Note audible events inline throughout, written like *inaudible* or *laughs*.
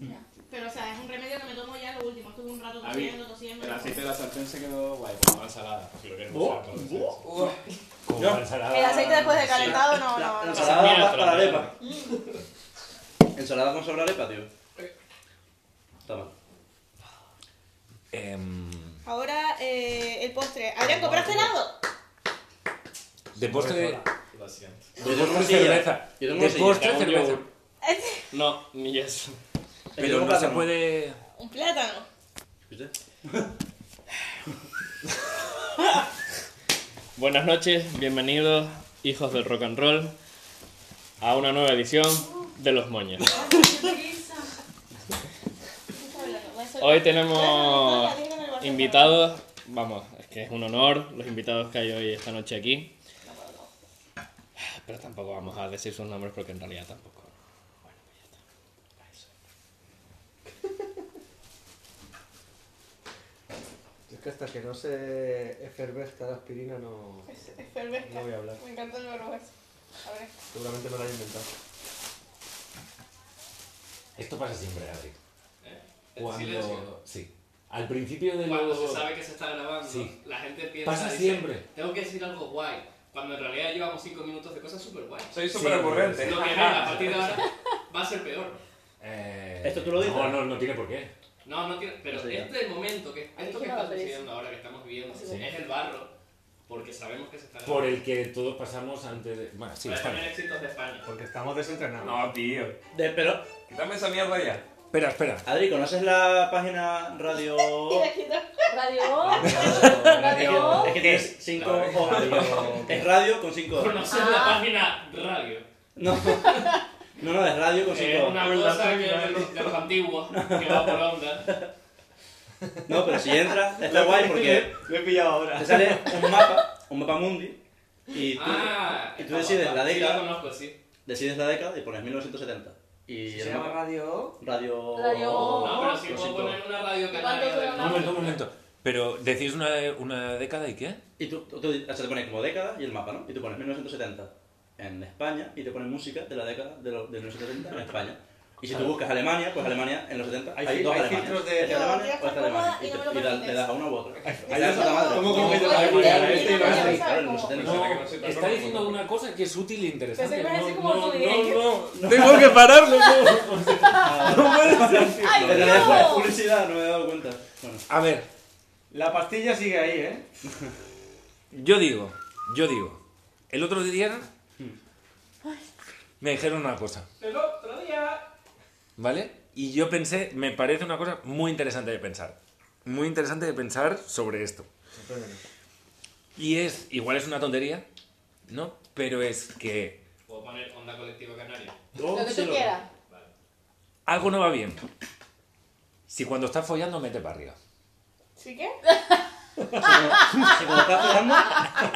Ya. Pero, o sea, es un remedio que me tomo ya lo último. Estuve un rato Abi, tosiendo, tosiendo. El aceite de la sartén se quedó guay, como la salada. Si lo quieres Oh, usar para hacer. Uf. Como Yo- la ensalada. El aceite después de calentado, no, no, no. Ensalada Mira, pa- te la para la mira. arepa. Ensalada con sabor a arepa, tío. Toma. Em, Ahora, eh, el postre. ¿Adrián, compraste helado? de postre. Lo siento. Yo De tengo una postre silla. cerveza. Yo tengo De una silla. postre Tengo un cerveza. yogur. No, ni eso. Yo Pero tengo no se plátano. puede. Un plátano. ¿Viste? Buenas noches, bienvenidos, hijos del rock and roll, a una nueva edición de Los Moños. Hoy tenemos invitados, vamos, es que es un honor los invitados que hay hoy esta noche aquí, pero tampoco vamos a decir sus nombres porque en realidad tampoco. Bueno, pues ya está. A eso. Yo es que hasta que no se efervesca la aspirina no. Perfecto. No voy a hablar. Me encanta el verbo ese. A ver. Seguramente me la he inventado. Esto pasa siempre, Adri. ¿El silencio? Sí. Al principio del. Cuando se sabe que se está grabando, Sí. la gente piensa. Pasa dice, siempre. Tengo que decir algo guay. Cuando en realidad llevamos 5 minutos de cosas súper guay. Soy súper ocurrente. Lo que venga a partir de ahora va a ser peor. Eh, ¿Esto tú lo dices? No, no, no tiene por qué. No, no tiene. Pero Sí. este momento, que Ahí esto que me va está a pereza. sucediendo ahora, que estamos viviendo, Sí. es el barro. Porque sabemos que se está Por grabando. el que todos pasamos antes de. Bueno, sí, Para está tener bien. éxitos de España. Porque estamos desentrenados. No, tío. De- pero, Quítame esa mierda ya. Espera, espera. Adri, ¿conoces la página Radio...? Mira, quita. Radio O, Radio... Radio Es que tienes cinco *laughs* Radio- Es radio con cinco O. Conocer la página radio. No. *laughs* No, no, es radio con Que es cinco O. una cosa que de los- de los antiguos, que va por onda. No, pero si entras, está guay porque Lo he pillado ahora. te sale un mapa, un mapa mundi, *laughs* y tú Ah, y tú decides la Sí, la década. conozco, sí. decides la década y pones 1970. Y Se el llama mapa- Radio. Radio... Radio Oh, O. No, pero si Con puedo cinco O. poner una radio ¿Cuánto canaria. dura de- Un una momento, un momento. Pero decís una, una década y qué? Y tú, tú- tú- o sea, te pones como década y el mapa, ¿no? Y tú pones 1970 en España y te pones música de la década de, los de 1970 en España. Y si tú buscas Alemania, pues Alemania en los 70 hay, Hay fil- dos hay Alemanias. filtros de- Esta Yo, Alemania ya o esta está Alemania. cómoda Y, y no me te- lo y da- permites. le das a una u otra. Y te hay- das a la madre. ¿Cómo, cómo que te Oye, vas a mira, poner este y mira, vas mira. Claro, ¿eh? en los 70. No, está diciendo una cosa que es útil e interesante. Pensé que ibas a decir No, como no, tú, Miguel. no, *laughs* no. Tengo que pararlo. no. ¡Ay, En realidad fue no! publicidad, no me he dado cuenta. Bueno, A ver, La pastilla sigue ahí, ¿eh? yo digo, yo digo. El otro día me dijeron una cosa. El otro día. ¿Vale? Y yo pensé, me parece una cosa muy interesante de pensar. Muy interesante de pensar sobre esto. Y es, igual es una tontería, ¿no? Pero es que Puedo poner onda colectiva canaria. Lo que tú quieras. algo no va bien. Si cuando estás follando, mete para arriba. ¿Sí qué? si cuando estás jugando,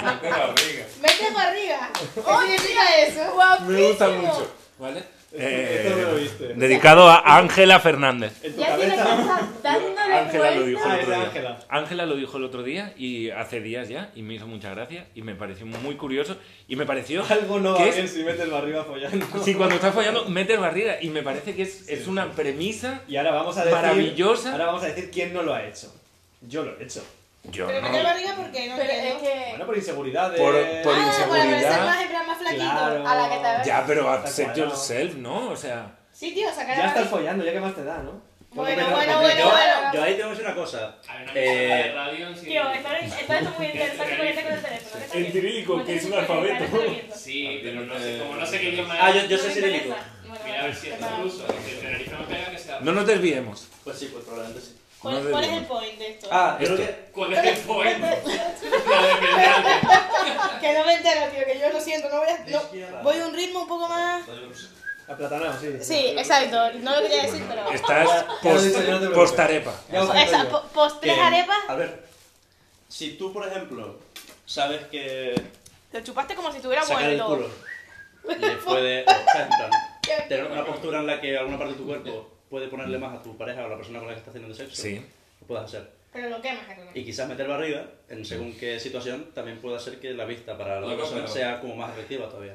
Mete barriga. Mete barriga. ¡Oye, mira eso! Guapísimo. Me gusta mucho, ¿vale? Eh, esto no lo viste. Dedicado a Ángela Fernández. En tu Ya tiene que cabeza. estar dándole Ángela lo dijo el Ah, es otro de día. Ángela. Ángela lo dijo el otro día y hace días ya y me hizo mucha gracia y me pareció muy curioso y me pareció Algo no va que es bien si metes el barriga follando. Si cuando estás fallando, metes barrera. Y me parece que es, es una premisa. Y ahora vamos a decir. Maravillosa. Ahora vamos a decir quién no lo ha hecho. Yo lo he hecho. Yo Pero mete barriga porque no Pero es entiendo. que... Bueno, por inseguridad. Por- por Eh. Ah, para parecer inseguridad. más, en plan más flaquito. Claro. a la que te- Ya, pero Está accept claro. yourself, ¿no? O sea. Sí, tío, sacar la Ya estás barriga. follando, ya que más te da, ¿no? Bueno, Cuando bueno, menos- bueno, yo, bueno. yo ahí tengo que decir una cosa. A ver, una Eh, emisora de radio en sí. Tío, está, está esto muy interesante conectar con el teléfono. ¿qué está En viendo? cirílico, No que es sé un si alfabeto. está viendo. Sí, pero no sé, como no sé qué idioma Ah, es. yo, yo No sé me cirílico. interesa. Bueno, Mira a ver si vale. Este, es en ruso. que El Tenerife no pega que sea. No nos desviemos. Pues sí, pues probablemente sí. ¿Cuál, cuál es *laughs* el point de esto? Ah, yo Esto. creo que... ¿Cuál *laughs* es el point? La de Belgrano. Que no me entero, tío, que yo lo siento, no voy a... no, voy a un ritmo un poco más... Ah. Aplatanado, sí. Sí, exacto, no lo quería decir, pero... Estás Ya lo he dicho, ya no post, te preocupes. postarepa. Ya os cuento Esa, yo. po- postres, que- arepas, A ver, si tú, por ejemplo, sabes que lo chupaste como si estuviera sacar el muerto. culo le *laughs* puede o sea, en plan, tener una postura en la que alguna parte de tu cuerpo puede ponerle más a tu pareja o a la persona con la que estás teniendo sexo, Sí. lo puedes hacer. Pero lo quemas, Carlos. Y quizás meter barriga, en según qué situación, también puede hacer que la vista para la Loco, persona pero- sea como más atractiva todavía.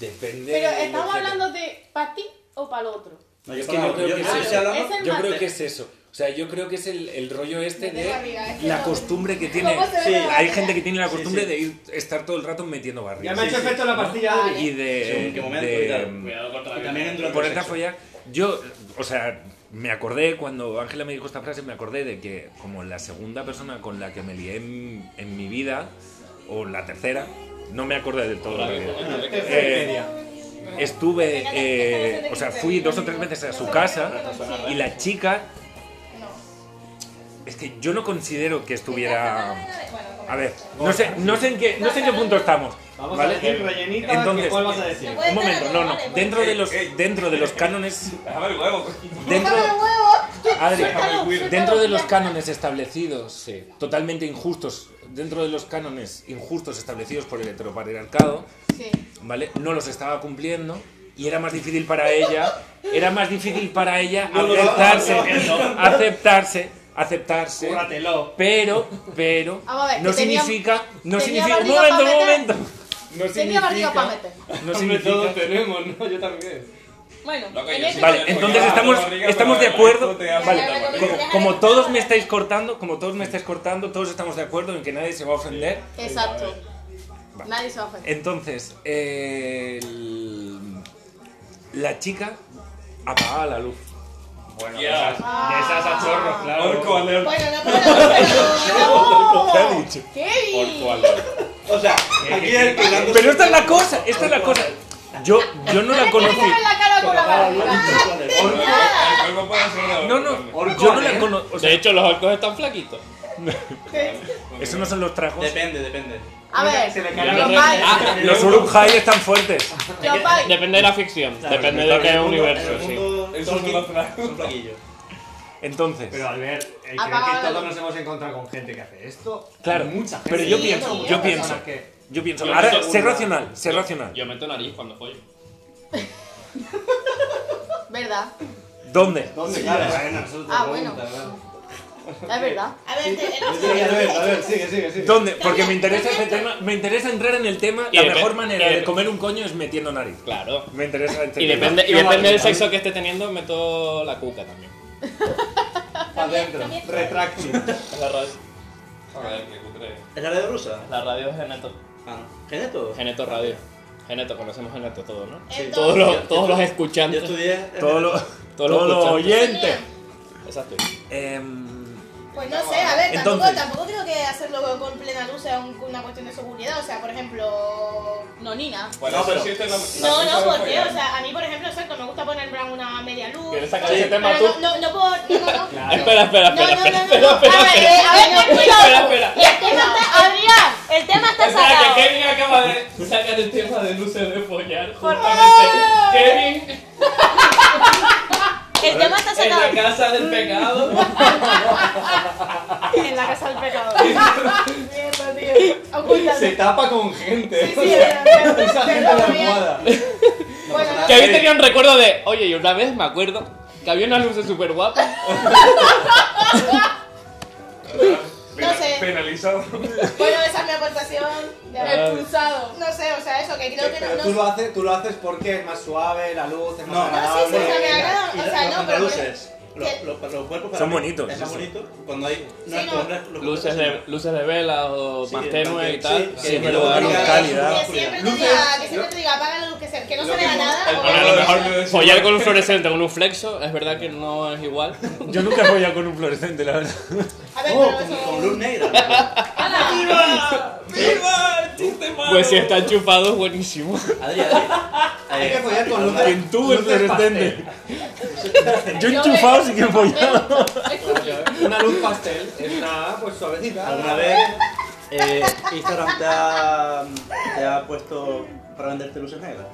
Depende. Pero del estamos objeto. hablando de para ti o para el otro. No, yo Es que yo para- creo yo que yo sí. estoy hablando- Es el Yo mate. creo que es eso. O sea, yo creo que es el, el rollo este Me tengo de amiga, es que la no. costumbre que tiene. ¿Cómo se ve sí, la Hay barriga? gente que tiene la Sí, costumbre sí. de ir, estar todo el rato metiendo Ya barrigas. me ha hecho efecto la pastilla de Y de. Según qué momento de, y tal. mm, Cuidado corta Y la también cabeza. entro Ponerte a follar. Yo, o sea, me acordé cuando Ángela me dijo esta frase, me acordé de que como la segunda persona con la que me lié en, en mi vida, o la tercera, no me acordé del todo. en realidad. Eh, estuve, eh, o sea, fui dos o tres veces a su casa y la chica, es que yo no considero que estuviera... A ver, no sé, no sé en qué, no sé en qué punto estamos. Vamos ¿vale? a decir rellenita, Entonces- que ¿cuál vas a decir? Un momento, no, no. Dentro de los, Eh, dentro de los cánones. Dentro, Adri, dentro de los cánones establecidos, totalmente injustos, dentro de los cánones injustos establecidos por el heteropatriarcado, Sí. ¿vale? No los estaba cumpliendo y era más difícil para ella, era más difícil para ella aceptarse, aceptarse, aceptarse. Cúrratelo. Pero, pero, Vamos a ver, no que tenía- significa, no tenía significa, un barriga momento, un pa' meter. momento. No Tenía barriga para significa, meter. no Hombre, todos significa. tenemos, ¿no? Yo también. Bueno, Vale, entonces estamos, estamos de acuerdo. Vale, Ya, ya, ya, ya, como, ya, ya, como ya. todos me estáis cortando, como todos me estáis cortando, todos estamos de acuerdo en que nadie se va a ofender. Exacto. Nadie se va a ofender. Entonces, eh, el- la chica apagaba la luz. Bueno, Ya, de Ah. esas a chorros, claro. Bueno, no puedo. ¿Qué ha dicho? Kevin. Orco alert. O sea, aquí es el que dando- Pero esta es la cosa, esta es la cosa. Yo, yo no la conocí. Mira la cara con la barriga. No, no, yo no la conocí. De hecho, los orcos están flaquitos. eso no son los trajos. Depende, depende. A ver, Se le Yo cae no la sé- vais. Ah, Los Uruk-hai están fuertes. yo vais. Depende de la ficción, depende de qué universo, sí. Son flaquillos. Entonces. Pero al ver, eh, creo Apagaba que la todos luz. nos hemos encontrado con gente que hace esto. Claro, mucha gente. pero yo Sí, pienso, muchas yo personas pienso. que- Yo pienso, Yo ahora meto sé una- racional, sé racional. Yo meto nariz cuando follo. ¿Verdad? ¿Dónde? ¿Dónde? Claro, bueno, eso es otra Ah, bueno. pregunta, ¿verdad? Es verdad. A ver, te- el Yo diría, A ver, a ver, sigue, sigue, sigue. ¿Dónde? Porque me interesa ese tema, me interesa entrar en el tema. Y La depe- mejor manera y de depe- comer un coño es metiendo nariz. Claro. Me interesa este Y tema. depende, y Yo depende del vale. sexo que esté teniendo, meto la cuca también. Para adentro, retráctil. *laughs* Es la radio. Joder, qué cutre. ¿Es la red rusa? La radio es Geneto. Ah, no. ¿Geneto? Geneto Radio. Geneto, conocemos Geneto todos, ¿no? Sí. Todos los, todos los Yo escuchantes. estudié. *laughs* Todo lo- Todos todos los los oyentes. Exacto. Em, Pues no sé, a ver, tampoco, Entonces. tampoco creo que hacerlo con plena luz sea un- una cuestión de seguridad. O sea, por ejemplo. no, Nina. No, pero- No, no, ¿por qué? O sea, a mí, por ejemplo, exacto, me gusta poner en plan una media luz. ¿Quieres sacar Pero ese tema tú? no, no, no puedo. No, no, no. Espera, espera, No, no, espera, no, espera, no, no. espera, espera, A ver, espera. eh, a ver, tranquilo. Espera, espera. El tema está. Adrián, el tema está Espera, sacado. que Kevin acaba de sacar el tema de luces de follar, justamente. Kevin El tema está en la *laughs* sacado. casa del pecado. *laughs* En la casa del pecado. *laughs* Mierda, tío. Ocúltate. Se tapa con gente. Sí, *laughs* sí, era- Esa gente Perdón, la bien. almohada. Bueno, no, Kevin tenía un recuerdo de, oye, y una vez me acuerdo que había unas luces súper guapas. No sé. Penalizado. Bueno, esa es mi aportación. Ya ves. Expulsado. No sé, o sea, eso, que creo que no. Pero no tú lo, haces, tú lo haces porque es más suave, la luz es No. más No, sí, sí, o sea, agradable. me agrada. Y O la- sea, no, los pero. contraluces. Los, que- los, los cuerpos para Son mí bonitos, Es más eso. bonito cuando hay. No, Sí, no. cuando los- los Luces cuerpos de, luces de vela o Sí, más el tenue y blanquete, tal. sí, Sí, que pero lo bueno, haga- calidad. Que siempre te Luces, diga, que yo- siempre te diga, apaga la luz, que, se- que no Lo se vea que- nada. el- o- Hombre, a lo mejor follar con un fluorescente, con un flexo, es verdad que no es igual. Yo nunca voy a con un fluorescente, la verdad. A ver, Oh, pero con, eso. con luz negra. Pues si está enchufado es buenísimo. Adri, *laughs* Adri. Eh, Hay que follar con luz Quien tuvo el Luces *laughs* fluorescente. Yo enchufado sí que he follado. Una luz pastel está pues suavecita. ¿Alguna vez eh, Instagram te ha, te ha puesto para venderte luces negras?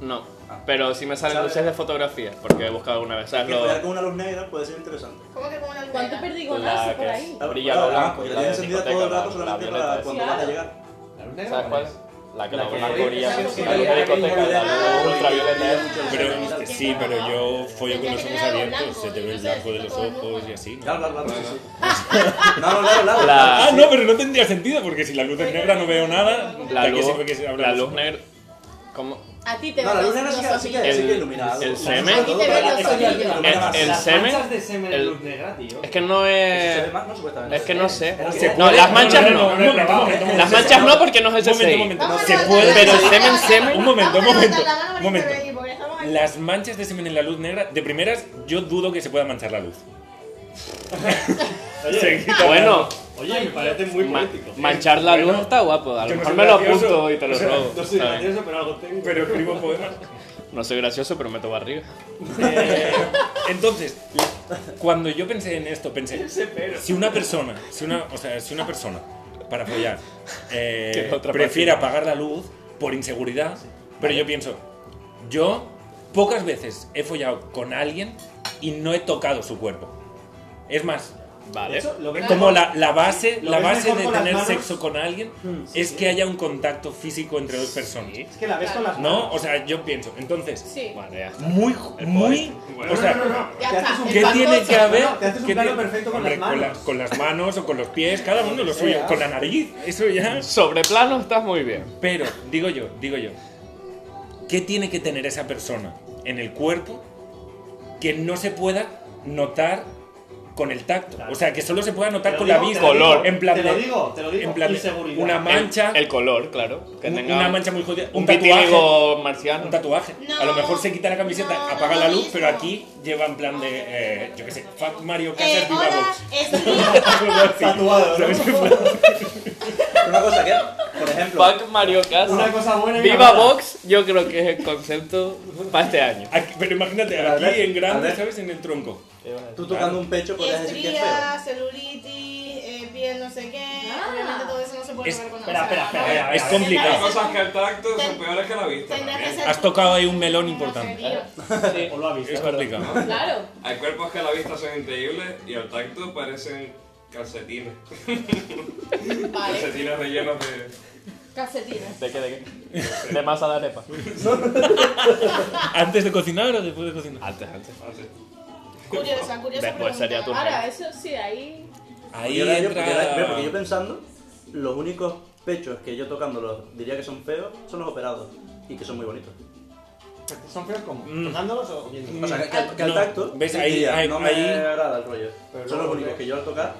No, pero si me salen luces de fotografía, porque he buscado alguna vez, ¿sabes? Que Lo- follar con una luz negra puede ser interesante. ¿Cómo que con una luz? ¿Cuánto negra? perdigonazo por ahí? que brilla lo Ah, blanco. y pues la la de tienes encendida discoteca, todo el rato la- la solamente violeta para es- cuando Claro. vas a llegar. ¿La luz negra ¿Sabes cuál cuál es? es? La que La lo que blanco brilla, brilla, sí, la sí, de la que discoteca, brilla. la de ultravioleta es- Pero, sí, pero yo follo con los ojos abiertos, se te ve el blanco de los ojos y así. Claro, claro, claro. sí, sí. No, no, claro, claro. La- Ah, no, pero no tendría sentido, porque si la luz es negra no veo nada. La ¿para qué luz, sirve que se abra la los luz ojos? negra. ¿Cómo? A ti te No, la ven luna no los sí que, sí que, ojillos. sí que ilumina. el algo. semen. Aquí te ven los ojillos. El- Las el manchas semen- de semen el- en luz negra, *laughs* tío. Es que no ¿Se ve es. más? No, supuestamente. Es que no sé. Pero se No, puede- las manchas no, no. no, no, no, no, no, Las no, manchas no porque no es el Momento, CSI. momento. Vamos a Se levantar puede- la pero mano, semen, vamos a semen- Un momento, levantar un la momento, mano para un momento. intervenir, porque estamos aquí. Las manchas de semen en la luz negra, de primeras, yo dudo que se pueda manchar la luz. Oye, Bueno, oye, me parece muy ma- político. manchar la luz está guapo. A yo lo no mejor soy me lo gracioso. apunto y te lo O sea, robo. No soy ¿sabes? gracioso, pero algo tengo. Pero escribo poemas. No soy gracioso, pero meto barriga. Eh, entonces, cuando yo pensé en esto, *laughs* pensé, si una persona, si una, o sea, si una persona para *laughs* follar eh, Que la otra prefiere partida. apagar la luz por inseguridad, pero yo pienso, yo pocas veces he follado con alguien y no he tocado su cuerpo. Es más, De Vale. hecho, lo ves como la, mejor- la base, Lo la ves base mejor de con las tener manos. Mm, sexo con alguien sí, es sí. que haya un contacto físico entre dos personas. Es que la ves con las ¿No? O sea, yo pienso, entonces, Sí. Vale, ya está. muy, El muy, o sea, Ya Te haces está. un- el *laughs* ¿Qué banco- tiene *laughs* que haber? no, te haces un ¿Qué plano tiene- perfecto con Hombre, las manos. la- con las manos o con los pies, cada uno lo suyo, sea. con la nariz, eso ya. Sobre plano estás muy bien. Pero, digo yo, digo yo, ¿qué tiene que tener esa persona en el cuerpo que no se pueda notar con el tacto? Claro. O sea, que solo se pueda Te notar lo con la digo, vista. te lo digo, Color. En plan Te lo de- digo, te lo digo. en plan de Inseguridad. una mancha, El, el color, claro. Que un- tenga una mancha muy jodida, un un tatuaje. vitíligo marciano. Un tatuaje. a lo No, mejor se quita la camiseta, no, apaga no la lo luz, mismo. pero aquí lleva en plan de, eh, yo qué sé, Fuck Mario Casas Eh, Viva hola, Vox. es *laughs* *laughs* Tatuado, ¿no? Una cosa que, por ejemplo, Fuck Mario Casas. Una cosa buena y una Viva mala. Vox, yo creo que es el concepto para este año. Aquí- pero imagínate, Pero a aquí ver, en a grande, ver. ¿sabes? En el tronco. tú tocando un pecho podrías decir que es feo. estría, celulitis, eh, piel no sé qué. Obviamente todo eso no se puede Es- ver con la Espera, espera, espera. a ver, a Es ver. complicado. Cosas que al tacto son peores que a la vista. Tendrás que también. ser- Has tocado ahí un melón No sé, importante. tío. O lo ha visto. Es complicado. Claro. Hay cuerpos que a la vista son increíbles y al tacto parecen calcetines. Vale. Calcetines rellenos de. Calcetines. ¿De qué? ¿De qué? De masa de arepa. ¿Antes de cocinar o después de cocinar? Antes, antes. Curiosa, curiosa. Después sería tu pregunta. Ahora, eso sí, ahí. Ahí Yo era yo, porque, era- pero porque yo entra... pensando, los únicos pechos que yo tocándolos diría que son feos son los operados y que son muy bonitos. ¿Son feos como? Mm. ¿Tocándolos o viéndolos? O sea, que, al- que al No, tacto ¿ves? yo Ahí- diría, ahí- no me ahí- agrada el rollo. Pero son los luego, únicos ¿qué? que yo al tocar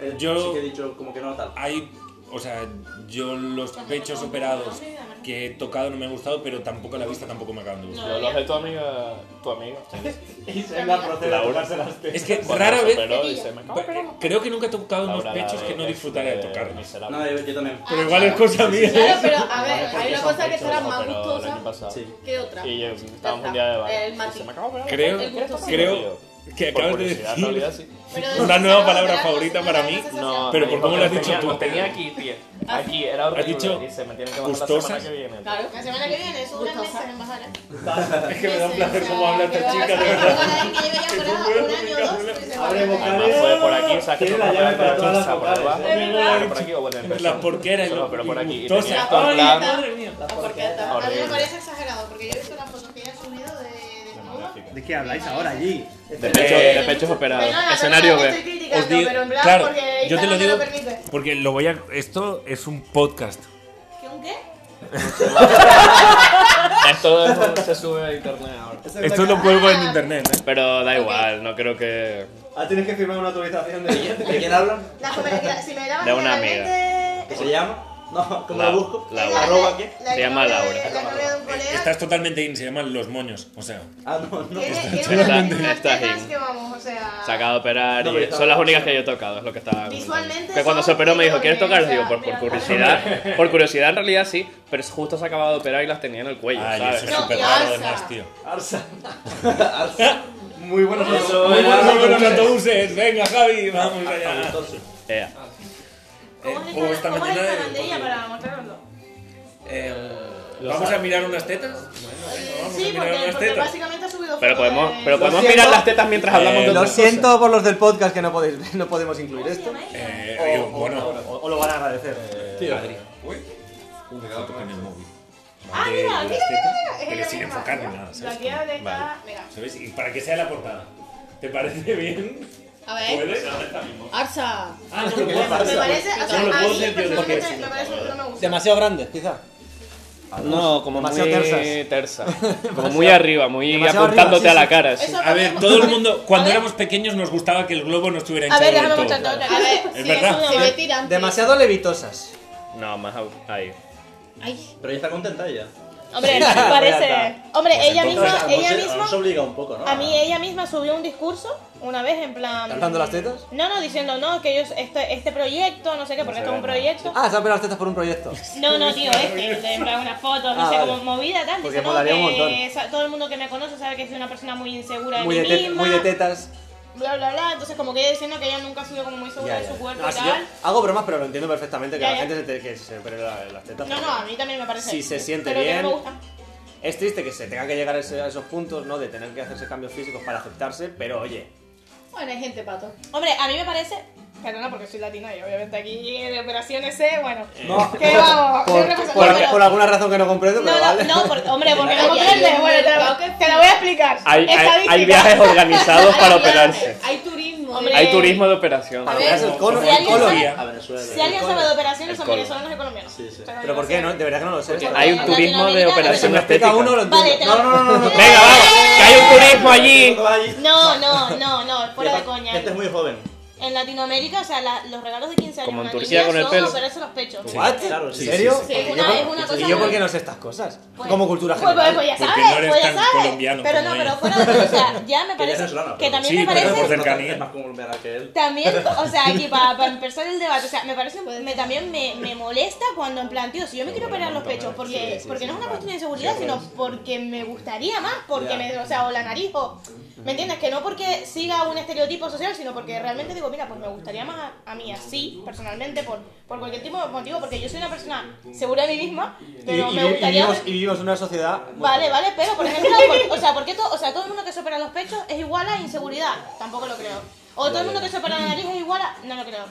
eh, Yo- sí que he dicho como que no tal. Hay... O sea, yo los pechos operados que he tocado no me han gustado, pero tampoco la vista tampoco me acaban de gustar. Yo los de tu amiga. Tu amiga. *laughs* Y se la procede a Laura. tocarse las Es tetas. que Cuando rara se vez... operó y se me- pa- Creo que nunca he tocado unos Laura, la pechos de- que no de- disfrutara de de tocarlos. Miserable. No, yo, yo también. Pero igual es cosa mía. ¿eh? Claro, pero a ver, porque hay una son cosa que pechos, será No, más pero el año gustosa pasado. Sí. que otra. Y eh, estábamos está. un día de baile. El matiz. Y se me acabó de operar. Creo, El gusto creo que Por acabas de curiosidad, en realidad, decir sí. Pero una nueva palabra pero- favorita para mí. No, Pero me ¿por dijo cómo que lo los has dicho tenía- tú? Los tenía aquí, tío. Aquí, era Has horrible. dicho y se me tienen que bajar la gustosa. semana que viene. Claro. La semana que viene, eso unas Gustosa. meses en bajar. ¿eh? Es que me da un placer cómo habla esta Meses, chica, de ¿sabes? verdad. Cada vez que lleve ya operado un año o dos, pues, se va a Abre ver. boca. Además fue por aquí, ¿sabes? Que Tiene tocó la llave por para todas las aquí, por vocales, debajo. ¿eh? Pero por aquí o bueno, en Las persona. porqueras y Solo, lo- pero y por aquí. Y gustosa. tenía todo en plan- Madre La Porque A porqueta. mí me Horrible. parece exagerado, porque yo he visto las fotos que ella ha subido de... de todo. ¿De qué habláis ahora allí? De pecho, Eh, de pechos operados. Perdona, perdona, Escenario no B. Estoy criticando, Os digo- pero en plan claro, porque yo te lo Instagram me digo- lo permite. Porque lo voy a. Esto es un podcast. ¿Qué un qué? Esto se sube a internet ahora. Esto lo cuelgo en internet. ¿eh? Pero da igual, no creo que. Ah, tienes que firmar una autorización *laughs* ¿De de quién- de quién hablan? La joven- si me daban De una ¿Qué se llama? No, ¿cómo La- lo busco? la- ¿Arroba qué? Se llama Laura. La novia de un colega. Estás totalmente in, se llaman los moños. O sea, Ah, no, no. Tiene, tiene Está- unas- tiene unas está tetas in. que vamos, o sea... Se acaba de operar No, pero y está- son las únicas que yo he tocado, es lo que estaba. Visualmente Que cuando son se operó me dijo, horribles, ¿quieres tocar? o sea, Digo, por, por mira, *laughs* curiosidad. Por curiosidad en realidad sí, pero justo se acababa de operar y las tenía en el cuello, ay, ¿sabes? eso es No, súper y raro alza. además, tío. Arsa. Arsa. Muy buenos Eso Muy era- buenos, muy buenos autobuses. Venga, Javi, vamos Ah, allá. Ea. ¿Cómo Eh, es o el esta canal- cómo es mañana el el canal de ella otro día. para mostrarlo? Eh, ¿Vamos a mirar unas tetas? vamos a Sí, mirar porque, unas porque tetas. básicamente ha subido fotos Pero podemos, de- pero podemos siento. mirar las tetas mientras hablamos Eh, de lo Lo otras siento por los del podcast que no, podéis, ver- no podemos incluir esto. Eh, O, digo, o- bueno, o- o lo van a agradecer. eh, Tío. Uy. Cuidado con en el eso. móvil. Ah, De mira, las mira, tetas, mira, mira. Eh, Pero Es sin ella misma. enfocar ni nada, ¿sabes? La tía de Vale. acá, mira. ¿Sabes? Y para que sea la portada. ¿Te parece bien? A ver. ¿Puedes? Arsa. Ah, no, lo Me puedo hacer. parece, o sea, No lo a puedo mí hacer, tío, personalmente después. me parece que no me gusta. Demasiado grande, quizá. No, como Demasiado muy tersas. *laughs* tersa. *laughs* Como muy arriba, muy Demasiado apuntándote arriba, sí, a la sí. cara. sí. Eso A ver, también- todo el mundo, cuando A ver. éramos pequeños nos gustaba que el globo no estuviera A hinchado ver, del déjame todo. contarte otra. A ver, Es si verdad. es una mentira. Demasiado levitosas. No, más au- ahí. Ay, Pero ella está contenta ella. Hombre, Ya parece. está. Hombre, ella Entonces, misma, a lo mejor ella se- a lo mejor se misma, obliga un poco, ¿no? a mí ella misma subió un discurso una vez en plan. ¿Cantando las tetas? No, no, diciendo no, que ellos, este, este proyecto, no sé qué, porque esto es un proyecto. Ah, se han pegado las tetas por un proyecto. No, no, tío, este, de- en plan una foto, no Ah, sé, vale. como movida, tal. Porque Dice, no, molaría un que montón. sa- todo el mundo que me conoce sabe que soy una persona muy insegura de Muy de, mí te- misma. muy de tetas. Bla, bla, bla. Entonces, como que ella diciendo que ella nunca ha sido como muy segura Ya, de ya. su cuerpo Ah, y sí, tal. yo hago bromas, pero lo entiendo perfectamente que Ya, la ya. gente se, te- que se opere la- las tetas. No, no, a mí también me parece. Si se siente pero Que no bien. me gusta. Es triste que se tenga que llegar a, ese- a esos puntos, ¿no? De tener que hacerse cambios físicos para aceptarse, pero oye, bueno, hay gente pato. Hombre, a mí me parece. Perdona porque soy latina y obviamente aquí de operaciones C, bueno. No. que vamos, soy por, por- representante. por alguna razón que no comprendo, No, pero no, vale. no, por- hombre, porque *laughs* Ay, no ay, comprendes. ay, Bueno, te claro lo, que te lo voy a explicar. Hay, hay- hay Estadística. viajes organizados para operarse. Hay turismo. Hombre, Hay turismo de operación. A Verás el ver, colon- si el alguien colon. sabe- A Venezuela. Si alguien sabe de operaciones, El son colon. venezolanos y colombianos. Sí, sí. Te lo Pero digo ¿por qué así. no? De verdad que no lo sé. esto. Hay un turismo de Latinoamericana. Si operación me explica estética. uno, lo Vale, entiendo. te No, lo- no, no, no, no. Venga, vamos, que hay un turismo allí. No, no, no, no, fuera de coña. Este es muy joven. En Latinoamérica, o sea, la- los regalos de 15 años Como en a una Turquía niña con el son pelo. operarse los pechos. ¿What? Claro, ¿En sí, serio? sí, sí. Porque Sí, yo una- es por- una ¿Y cosa yo por muy- qué no sé estas cosas? Pues- Como cultura Pues, pues, general. pues ya Porque sabes, no eres pues ya tan sabes. colombiano pero como no, pero él. fuera de. O sea, ya me Que ella es parece. venezolana, Que pero- también Sí, me pero parece. por cercanía. Es más colombiana que él. También, *laughs* o sea, aquí para, empezar el debate, o sea, me parece, me, también me, me molesta cuando en plan, tío, si yo me quiero operar los pechos, porque, porque no es una cuestión de seguridad, sino porque me gustaría más, porque me, o sea, o la nariz, o, ¿me entiendes? Que no porque siga un estereotipo social, sino porque realmente digo, mira, pues me gustaría más a, a mí así, personalmente, por, por cualquier tipo de motivo, porque yo soy una persona segura de mí misma, Y, pero y- me y gustaría... vivimos, y vivimos en una sociedad... muy- Vale, vale, pero por ejemplo, por- o sea, porque todo, o sea, todo el mundo que se opera los pechos es igual a inseguridad, tampoco lo creo. O todo el mundo que se opera la nariz es igual a, no lo creo.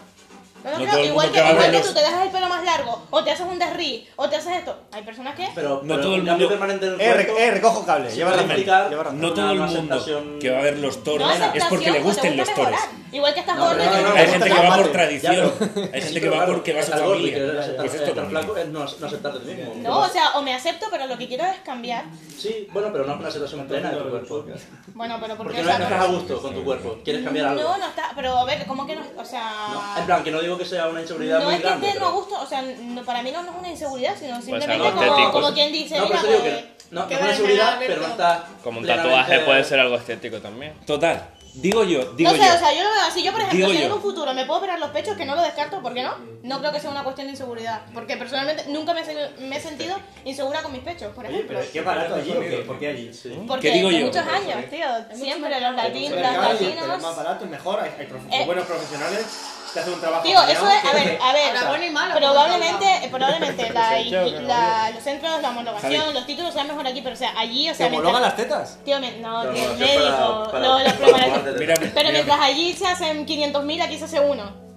No lo No todo creo, el igual mundo que, que va a igual que verlos. tú te dejas el pelo más largo, o te haces un desrí, o te haces esto. Hay personas que Pero, No pero todo el un cambio mundo- permanente en el Eh, cuerpo. re- eh, recojo cable. Sí, Lleva puede razón. implicar- lleva razón. No todo el Una mundo aceptación- que va a ver los no toros es aceptación, porque le o te gusten gusta los toros. mejorar. Igual que estás No, gordo. pero no, no, y- no, Hay no, gente no, que va no, por no, tradición, ya, *laughs* hay pero- sí, gente que pero va claro, porque va a su estar gordo y querer familia. aceptar- Pues esto estar también. flaco es no, no aceptarte a ti mismo. No, o sea, o me acepto, pero lo que quiero es cambiar. Sí, bueno, pero no es una aceptación plena de tu cuerpo. Bueno, pero porque, Porque o no, sea, no no- estás a gusto con tu cuerpo. Quieres cambiar algo. No, no está, pero a ver, ¿cómo que no? O No, En sea, plan, que no digo que sea una no, inseguridad muy es que grande. esté no a pero- gusto, o sea, no- para mí no, no es una inseguridad, sino Pues algo simplemente estético. como, como quien dice, No, mira, pero te digo pues, que no, no que es van una a seguridad, ganar, pero no Alberto. está. Como un plenamente- tatuaje puede ser algo estético también. Total, digo yo, digo no sé, yo. o sea, *laughs* yo lo veo así. Yo, por ejemplo, Digo si yo. en un futuro me puedo operar los pechos, que no lo descarto, ¿por qué no? No creo que sea una cuestión de inseguridad. Porque personalmente nunca me, he se- me he sentido insegura con mis pechos, por ejemplo. ¿Qué barato allí o qué? ¿Por qué allí? Porque ¿Qué digo por yo? muchos años, tío. Siempre los latinos, Pero las claro, pero es más latinas. barato, es mejor, hay, hay profe- Eh. buenos profesionales, te hacen un trabajo. Tío, genial, eso es, a que- ver, a ver, Ahora bueno y malo, probablemente, como eh, probablemente la, la- los centros, la homologación, los títulos sean mejor aquí, pero o sea, allí, o ¿Se sea, homologan mientras- las tetas? tío, me- no, Pero tío, el no, que es para- médico, para- no, los para problemas- tomarte- Mira, *laughs* Pero mira, mientras allí se hacen 500.000, aquí se hace uno.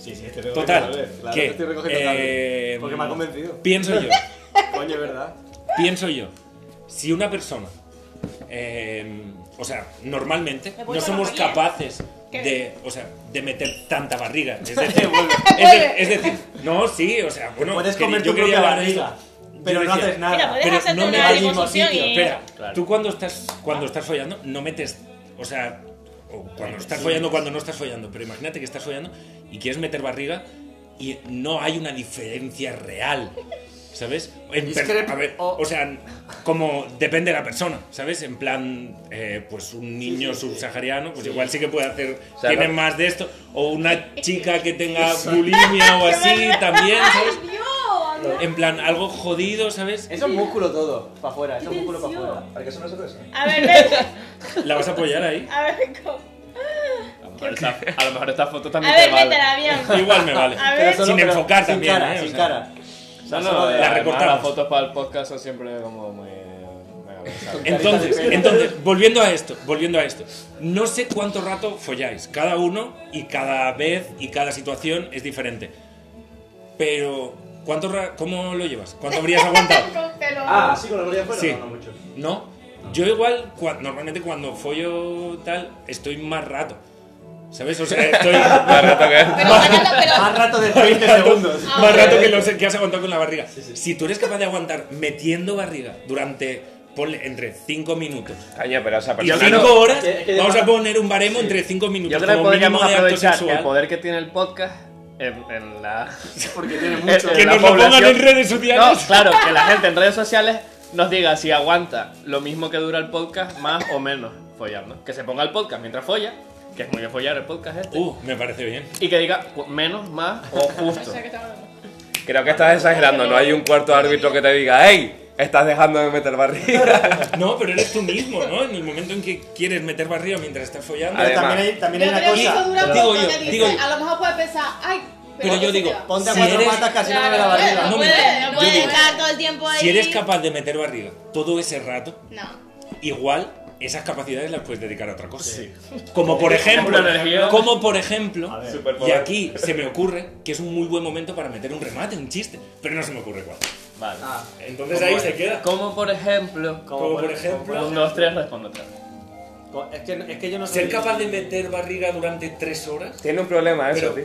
Sí, sí, este lo voy a Total, ver, claro. que estoy recogiendo cable, eh, Porque me ha convencido. pienso yo, Coño, es verdad. pienso yo, si una persona, eh, o sea, normalmente Me voy no con somos la María. capaces ¿Qué? de, o sea, de meter tanta barriga, *laughs* es decir, Vuelve. es, de- es decir, *laughs* no, sí, o sea, bueno, Puedes que comer yo tu quería propia hablar de esto. barriga, pero Yo no decía, haces Mira, nada. podrías Pero hacerte no me una da el mismo liposucción sitio, y... Espera, Claro. tú cuando estás cuando estás follando no metes, o sea, o cuando estás follando cuando no estás follando, pero imagínate que estás follando y quieres meter barriga y no hay una diferencia real. ¿Sabes? En per- Discrepo. a ver, o sea, como depende de la persona, ¿sabes? En plan, eh, pues un niño subsahariano, pues igual sí que puede hacer, sea, tiene no- más de esto, o una chica que tenga *laughs* bulimia o así también, ¿sabes? En plan, algo jodido, ¿sabes? Eso es músculo todo, para afuera, eso es músculo para tensión. afuera. ¿Para qué es una sorpresa? A *laughs* ver, vete, ¿La vas a apoyar ahí? a ver, ¿cómo? A lo mejor esta, a lo mejor esta foto A también ver, te vale. vete al *laughs* avión. Igual me vale. A ver, Sin enfocar sin también, Cara, ¿eh? O Sin sea. cara. No, Solo no, de- la además recortamos. Las fotos para el podcast son siempre como muy... eh, mega *laughs* pesadas. Entonces, Carita de pelo. entonces, volviendo a esto, volviendo a esto. No sé cuánto rato folláis, cada uno y cada vez y cada situación es diferente. Pero, ¿cuánto ra- ¿cómo lo llevas? ¿Cuánto *laughs* habrías aguantado? *laughs* Ah, sí, con la gloria Sí. afuera. No, no mucho. ¿No? Yo igual, cua- normalmente cuando follo tal, estoy más rato. ¿Sabes? O sea, estoy más rato que- Pero, Fernando, pero- Más rato de 20 segundos. Más rato que, los, que has aguantado con la barriga. Si tú eres capaz de aguantar metiendo barriga durante, ponle, entre 5 minutos Caño, pero esa y persona. 5 no- horas, Es que- es que vamos de- a poner un baremo entre 5 minutos. Yo creo que como mínimo podríamos de acto aprovechar sexual. el poder que tiene el podcast en, en la. Porque *laughs* tiene mucho. Que nos lo pongan en redes sociales. No, claro, que la gente en redes sociales nos diga si aguanta lo mismo que dura el podcast, más o menos follar, ¿no? Que se ponga el podcast mientras folla, que es muy de follar el podcast este. Uh, me parece bien. Y que diga pues, menos, más o justo. Creo que estás exagerando, no hay un cuarto árbitro que te diga, ¡Ey! Estás dejando de meter barriga. No, pero eres tú mismo, ¿no? En el momento en que quieres meter barriga mientras estás follando. Pero también hay- Yo creo que eso dura un Digo poco, yo, que dice, digo yo. A lo mejor puede pensar, ay, Pero yo digo, Ponte a si cuatro eres- patas que así no me ve la Claro, barriga. no puede, mira, Ah, no yo puede digo, estar todo el tiempo ahí. Si eres capaz de meter barriga todo ese rato, No. igual esas capacidades las puedes dedicar a otra cosa. Como por ejemplo, Como energía. como por ejemplo, ver. y Superpoder. aquí se me ocurre que es un muy buen momento para meter un remate, un chiste, pero no se me ocurre cuál. Vale. Entonces ahí se queda. Como por ejemplo. Como por ejemplo. Un, dos, tres, respondo otra vez. Es que, es que yo no Ser capaz de meter barriga durante tres horas, Tiene un problema eso, tío.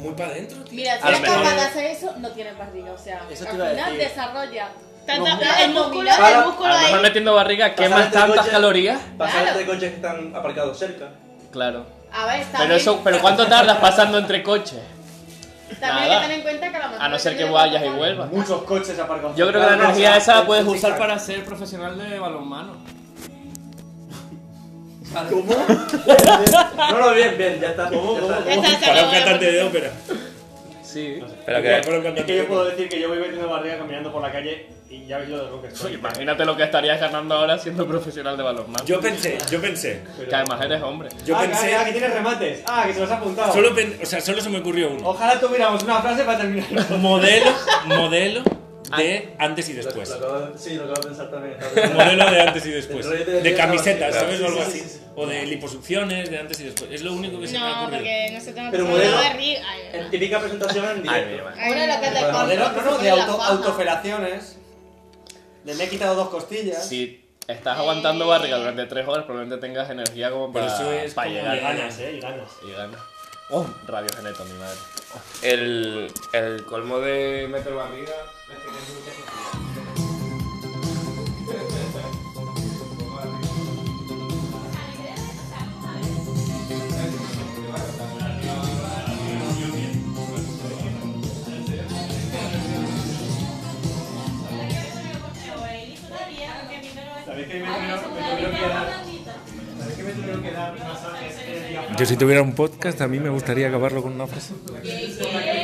muy para adentro. Mira, si Al eres capaz menos. de hacer eso, no tienes barriga. O sea, Eso te al iba a final decir. desarrolla. Tanta- Dominar, el músculo, dominar. el músculo A lo mejor ahí. metiendo barriga quemas Pasarte tantas coche- calorías. Pasar entre coches que están aparcados cerca. Claro. A ver, Pero también- eso, pero ¿cuánto tardas pasando entre coches? También hay nada. que tener en cuenta que a lo mejor. A no ser que tiene vayas y cuatro vuelvas. Muchos coches aparcados. Yo creo que la energía esa la puedes usar para para ser profesional de balonmano. ¿Cómo? no, no, bien, bien, ya está. ¿Cómo? ¿Cómo? Para un cantante de ópera. Sí. Pero Igual que para un cantante Es que de yo ópera. puedo decir que yo voy metiendo barriga caminando por la calle y ya veis lo de lo que soy. Imagínate lo que estarías ganando ahora siendo profesional de balonmano. Yo pensé, yo pensé. Que además eres hombre. Yo ah, pensé- Ah, que tienes remates. Ah, que se los has apuntado. Solo, pen- o sea, solo se me ocurrió uno. Ojalá tuviéramos una frase para terminar. Modelo, modelo de antes y después. Sí, lo acabo de pensar también. *laughs* Modelo de antes y después. El rollo te De decía, camisetas, claro, ¿sabes? sí, O algo sí, sí, así. O de liposucciones, de antes y después. Es lo único que se me ha No, ocurrido. porque no se tengo Pero que modelo- barriga. En típica presentación en directo. Ay, Bueno, lo que te Bueno, conté, Modelo, no, que no, se de pone la auto, faja. autofelaciones. De me he quitado dos costillas. Si estás aguantando barriga durante tres horas, probablemente tengas energía como Pero para, eso es para como llegar. de ganas, ¿eh? Y ganas. Y ganas. Oh, radio geneto, mi madre. el, el colmo de meter barriga es que tienes mucha Yo si tuviera un podcast, a mí me gustaría acabarlo con una frase. Bien, bien.